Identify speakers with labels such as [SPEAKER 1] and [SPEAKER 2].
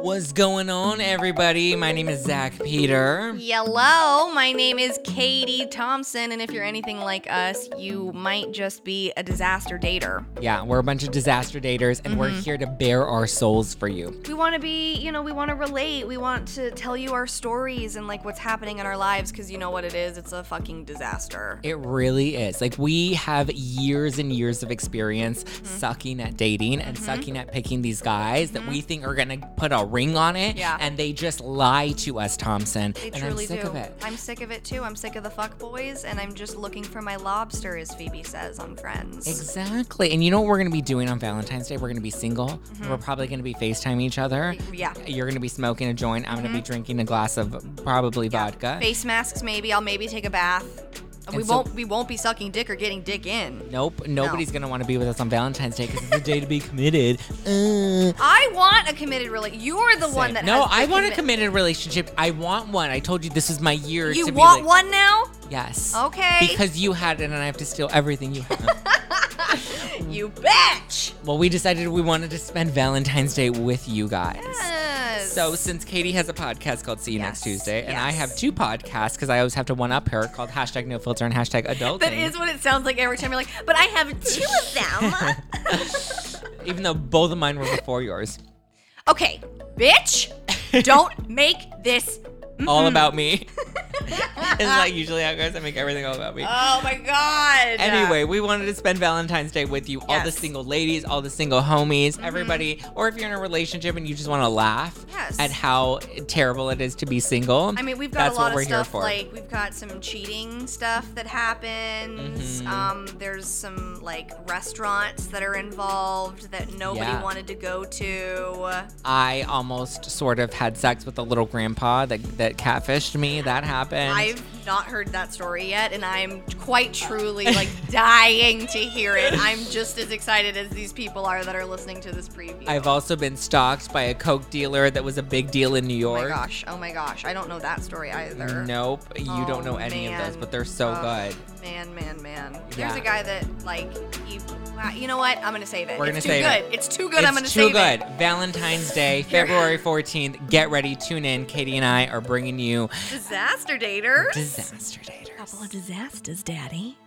[SPEAKER 1] What's going on, everybody? My name is Zach Peter.
[SPEAKER 2] Hello, my name is Katie Thompson, and if you're anything like us, you might just be a disaster dater.
[SPEAKER 1] Yeah, we're a bunch of disaster daters, and
[SPEAKER 2] Mm-hmm.
[SPEAKER 1] we're here to bare our souls for you.
[SPEAKER 2] We want to be, you know, we want to relate. We want to tell you our stories and like what's happening in our lives because you know what it is? It's a fucking disaster.
[SPEAKER 1] It really is. Like, we have years and years of experience
[SPEAKER 2] Mm-hmm.
[SPEAKER 1] sucking at dating and sucking at picking these guys that we think are gonna put a ring on it,
[SPEAKER 2] Mm-hmm. Yeah.
[SPEAKER 1] and they just lie to us, Thompson.
[SPEAKER 2] They
[SPEAKER 1] and
[SPEAKER 2] truly
[SPEAKER 1] I'm sick
[SPEAKER 2] do.
[SPEAKER 1] of it.
[SPEAKER 2] I'm sick of it too. I'm sick of the fuck boys, and I'm just looking for my lobster, as Phoebe says on Friends.
[SPEAKER 1] Exactly. And you know what we're going to be doing on Valentine's Day? We're going to be single.
[SPEAKER 2] Mm-hmm.
[SPEAKER 1] We're probably going to be FaceTime each other.
[SPEAKER 2] yeah.
[SPEAKER 1] You're going to be smoking a joint. I'm going to be
[SPEAKER 2] Mm-hmm.
[SPEAKER 1] drinking a glass of probably vodka.
[SPEAKER 2] Face masks, maybe. I'll maybe take a bath. we
[SPEAKER 1] so-
[SPEAKER 2] won't. We won't be sucking dick or getting dick in.
[SPEAKER 1] Nope. Nobody's going to want to be with us on Valentine's Day because it's a day to be committed. Uh,
[SPEAKER 2] I want a committed relationship. You're the one
[SPEAKER 1] same.
[SPEAKER 2] that
[SPEAKER 1] no,
[SPEAKER 2] has
[SPEAKER 1] I
[SPEAKER 2] the
[SPEAKER 1] want a
[SPEAKER 2] commi-
[SPEAKER 1] committed relationship. I want one. I told you this is my year.
[SPEAKER 2] You
[SPEAKER 1] to be
[SPEAKER 2] want
[SPEAKER 1] like-
[SPEAKER 2] one now?
[SPEAKER 1] Yes.
[SPEAKER 2] Okay.
[SPEAKER 1] Because you had it, and I have to steal everything you have.
[SPEAKER 2] You bitch.
[SPEAKER 1] well, we decided we wanted to spend Valentine's Day with you guys.
[SPEAKER 2] Yes.
[SPEAKER 1] So since Katie has a podcast called See You Next
[SPEAKER 2] Yes,
[SPEAKER 1] Tuesday, and I
[SPEAKER 2] yes.
[SPEAKER 1] have two podcasts because I always have to one up her called hashtag No Filter and hashtag Adulting.
[SPEAKER 2] that is what it sounds like every time you're like, but I have two of them.
[SPEAKER 1] Even though both of mine were before yours,
[SPEAKER 2] okay, bitch, don't make this.
[SPEAKER 1] all about me. Isn't that usually how it goes? I make everything all about me.
[SPEAKER 2] Oh my god.
[SPEAKER 1] Anyway, we wanted to spend Valentine's Day with you, all the
[SPEAKER 2] Yes. Mm-hmm.
[SPEAKER 1] single ladies, all the single homies, everybody. Or if you're in a relationship and you just want to laugh
[SPEAKER 2] Yes.
[SPEAKER 1] at how terrible it is to be single,
[SPEAKER 2] I mean, we've got
[SPEAKER 1] that's
[SPEAKER 2] a lot
[SPEAKER 1] what we're
[SPEAKER 2] of stuff.
[SPEAKER 1] here for.
[SPEAKER 2] Like, we've got some cheating stuff that
[SPEAKER 1] Mm-hmm.
[SPEAKER 2] happens. Um, there's some like restaurants that are involved that nobody
[SPEAKER 1] Yeah.
[SPEAKER 2] wanted to go to.
[SPEAKER 1] I almost sort of had sex with a little grandpa that, that catfished me. That happened.
[SPEAKER 2] I've not heard that story yet, and I'm quite truly like dying to hear it. I'm just as excited as these people are that are listening to this preview.
[SPEAKER 1] I've also been stalked by a coke dealer that was a big deal in New
[SPEAKER 2] oh
[SPEAKER 1] York.
[SPEAKER 2] my gosh! Oh my gosh! I don't know that story either.
[SPEAKER 1] Nope, you
[SPEAKER 2] Oh,
[SPEAKER 1] don't know any of those,
[SPEAKER 2] man.
[SPEAKER 1] but they're so
[SPEAKER 2] Oh,
[SPEAKER 1] good.
[SPEAKER 2] Man, man, man.
[SPEAKER 1] Yeah.
[SPEAKER 2] There's a guy that like he. Wow, you know what? I'm gonna save it.
[SPEAKER 1] We're gonna
[SPEAKER 2] it's
[SPEAKER 1] save
[SPEAKER 2] too
[SPEAKER 1] it.
[SPEAKER 2] good. It's too good.
[SPEAKER 1] it's
[SPEAKER 2] I'm gonna
[SPEAKER 1] too
[SPEAKER 2] save
[SPEAKER 1] good.
[SPEAKER 2] it.
[SPEAKER 1] Valentine's Day, February 14th. Get ready, tune in. Katie and I are bringing you
[SPEAKER 2] Disaster daters.
[SPEAKER 1] Disaster Daters.
[SPEAKER 2] Couple of disasters, daddy.